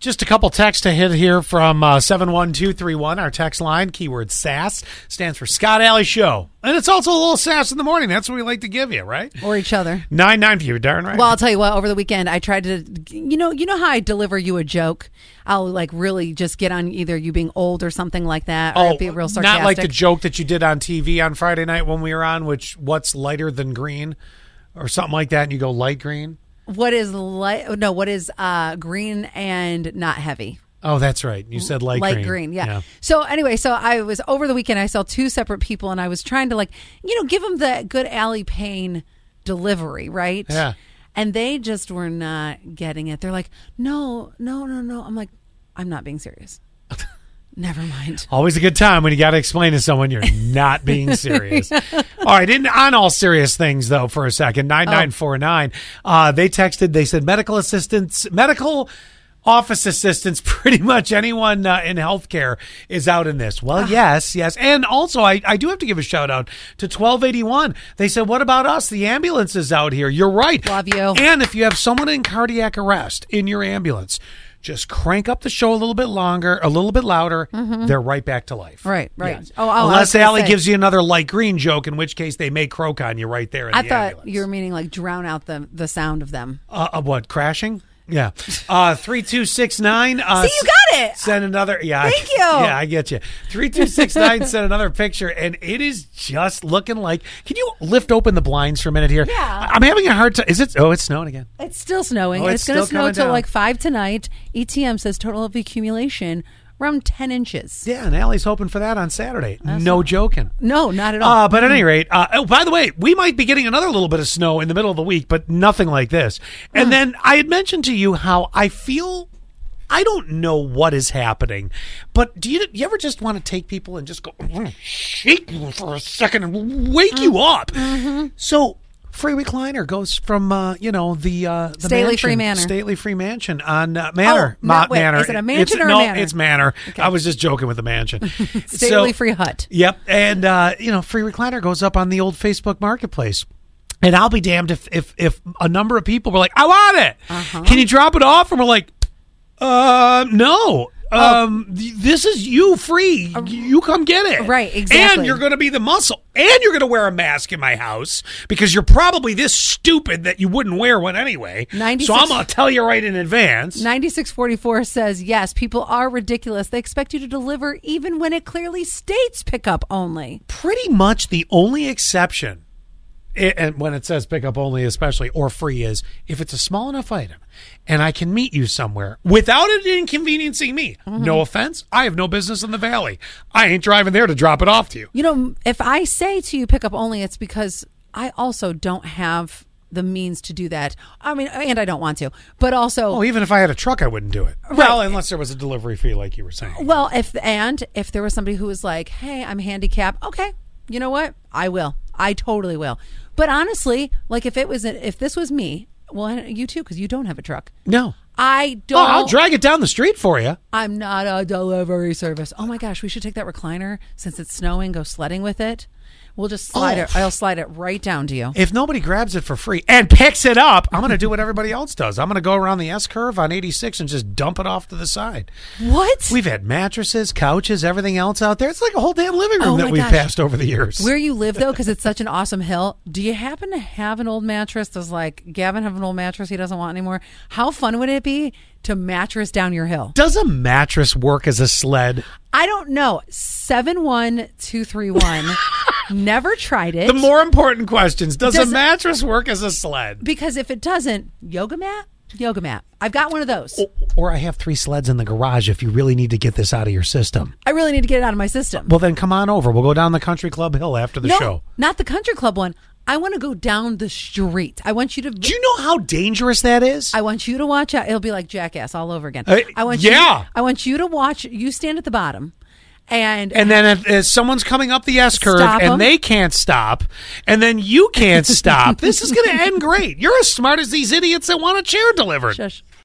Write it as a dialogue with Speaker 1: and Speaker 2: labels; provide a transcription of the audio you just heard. Speaker 1: Just a couple texts to hit here from uh, 71231, our text line. Keyword SAS stands for Scott Alley Show. And it's also a little sass in the morning. That's what we like to give you, right?
Speaker 2: or each other.
Speaker 1: Nine nine for you, darn right.
Speaker 2: Well, I'll tell you what. Over the weekend, I tried to, you know, you know how I deliver you a joke. I'll like really just get on either you being old or something like that, or be real sarcastic.
Speaker 1: Oh, Not like the joke that you did on TV on Friday night when we were on, which what's lighter than green or something like that, and you go light green.
Speaker 2: what is light? No, what is uh, green and not heavy?
Speaker 1: Oh, that's right. You said light,
Speaker 2: light
Speaker 1: green.
Speaker 2: green. yeah. So anyway, so I was over the weekend. I saw two separate people, and I was trying to like, you know, give them the good alley pain delivery, right?
Speaker 1: Yeah.
Speaker 2: And they just were not getting it. They're like, no, no, no, no. I'm like, I'm not being serious. Never mind.
Speaker 1: Always a good time when you got to explain to someone you're not being serious. all right, in, on all serious things though, for a second, nine
Speaker 2: Oh.
Speaker 1: nine four nine. Uh, they texted. They said medical assistance, medical office assistants. Pretty much anyone uh, in healthcare is out in this.
Speaker 2: Ah.
Speaker 1: Well, yes, yes, and also I, I do have to give a shout out to twelve eighty one. They said, "What about us? The ambulance is out here." You're right.
Speaker 2: Love you.
Speaker 1: And if you have someone in cardiac arrest in your ambulance, just crank up the show a little bit longer, a little bit louder. They're right back to life.
Speaker 2: Mm-hmm. Right, right.
Speaker 1: Yes.
Speaker 2: Oh, oh, I was
Speaker 1: unless
Speaker 2: gonna
Speaker 1: Allie
Speaker 2: say-
Speaker 1: gives you another light green joke, in which case they may croak on you right there. In
Speaker 2: I
Speaker 1: the
Speaker 2: thought
Speaker 1: ambulance.
Speaker 2: you were meaning like drown out the the sound of them.
Speaker 1: uh, uh, what crashing. Yeah, uh, three two six nine. Uh,
Speaker 2: See, you got it.
Speaker 1: Send another. Yeah, I-
Speaker 2: Thank you.
Speaker 1: Yeah, I get you. Three two six nine. send another picture, and it is just looking like. Can you lift open the blinds for a minute here?
Speaker 2: Yeah.
Speaker 1: I'm having a hard time. Is it? Oh, it's snowing again.
Speaker 2: It's still snowing.
Speaker 1: Oh,
Speaker 2: and
Speaker 1: it's
Speaker 2: it's going to
Speaker 1: still
Speaker 2: snow
Speaker 1: coming
Speaker 2: till
Speaker 1: down.
Speaker 2: like five tonight. ETM says total of accumulation around ten inches.
Speaker 1: Yeah, and Allie's hoping for that on Saturday. no joking.
Speaker 2: No, not at all.
Speaker 1: Uh, but at any rate, uh, oh, by the way, we might be getting another little bit of snow in the middle of the week, but nothing like this.
Speaker 2: Hmm.
Speaker 1: And then I had mentioned to you how I feel. I don't know what is happening, but do you, you ever just want to take people and just go "I'm gonna shake you for a second and wake
Speaker 2: Mm-hmm.
Speaker 1: you up? So Freeway Kleiner goes from uh, you know the uh, the
Speaker 2: Stately
Speaker 1: mansion,
Speaker 2: Free Manor.
Speaker 1: Stately Free Mansion on uh, Manor,
Speaker 2: Oh, not
Speaker 1: Ma-
Speaker 2: wait,
Speaker 1: Manor.
Speaker 2: is it a
Speaker 1: It's-
Speaker 2: mansion or a
Speaker 1: no,
Speaker 2: manor?
Speaker 1: It's Manor. I was just joking with the mansion.
Speaker 2: Stately
Speaker 1: So-
Speaker 2: free hut.
Speaker 1: Yep, and uh, you know, free recliner goes up on the old Facebook Marketplace. And I'll be damned if if if a number of people were like, "I want it.
Speaker 2: Uh-huh.
Speaker 1: Can you drop it off?" And we're like, "Uh, no."
Speaker 2: Oh.
Speaker 1: Um, th- this is you free. You come get it.
Speaker 2: Right, exactly.
Speaker 1: And you're going to be the muscle. And you're going to wear a mask in my house because you're probably this stupid that you wouldn't wear one anyway. So
Speaker 2: 96
Speaker 1: I'm going to tell you right in advance.
Speaker 2: 9644 says, yes, people are ridiculous. They expect you to deliver even when it clearly states pickup only.
Speaker 1: pretty much the only exception, i and when it says pickup only, especially or free, is if it's a small enough item, and I can meet you somewhere without it inconveniencing me. No offense, I have no business in the valley. I ain't driving there to drop it off to you.
Speaker 2: You know, if I say to you pickup only, it's because I also don't have the means to do that. I mean, and I don't want to, but also,
Speaker 1: Oh, even if I had a truck, I wouldn't do it. Well, unless there was a delivery fee, like you were saying.
Speaker 2: well, if, and if there was somebody who was like, hey, I'm handicapped, okay, you know what? I will. I totally will. But honestly, like if it was, if this was me, well, and you too, because you don't have a truck.
Speaker 1: No.
Speaker 2: I
Speaker 1: Oh,
Speaker 2: don't.
Speaker 1: I'll drag it down the street for you.
Speaker 2: I'm not a delivery service. Oh my gosh, we should take that recliner since it's snowing, go sledding with it. We'll just slide
Speaker 1: Oh.
Speaker 2: it. I'll slide it right down to you.
Speaker 1: If nobody grabs it for free and picks it up, I'm going to do what everybody else does. I'm going to go around the S curve on 86 and just dump it off to the side.
Speaker 2: What?
Speaker 1: We've had mattresses, couches, everything else out there. It's like a whole damn living room
Speaker 2: Oh
Speaker 1: that
Speaker 2: my
Speaker 1: we've
Speaker 2: gosh.
Speaker 1: passed over the years.
Speaker 2: Where you live though, because it's such an awesome hill. Do you happen to have an old mattress? Does like Gavin have an old mattress he doesn't want anymore? How fun would it be to mattress down your hill?
Speaker 1: Does a mattress work as a sled?
Speaker 2: I don't know. Seven one two three one. Never tried it.
Speaker 1: The more important questions Does,
Speaker 2: Does-
Speaker 1: a mattress work as a sled?
Speaker 2: because if it doesn't, yoga mat, yoga mat. I've got one of those.
Speaker 1: Or I have three sleds in the garage if you really need to get this out of your system.
Speaker 2: I really need to get it out of my system.
Speaker 1: Well, then come on over. We'll go down the country club hill after the
Speaker 2: no,
Speaker 1: show.
Speaker 2: Not the country club one. I want to go down the street. I want you to.
Speaker 1: Do you know how dangerous that is?
Speaker 2: I want you to watch out. It'll be like Jackass all over again.
Speaker 1: Uh,
Speaker 2: I want
Speaker 1: yeah.
Speaker 2: You, I want you to watch. You stand at the bottom, and,
Speaker 1: and then if, if someone's coming up the S curve
Speaker 2: Stop 'em.
Speaker 1: and they can't stop, and then you can't stop, this is going to end great. You're as smart as these idiots that want a chair delivered.
Speaker 2: Shush.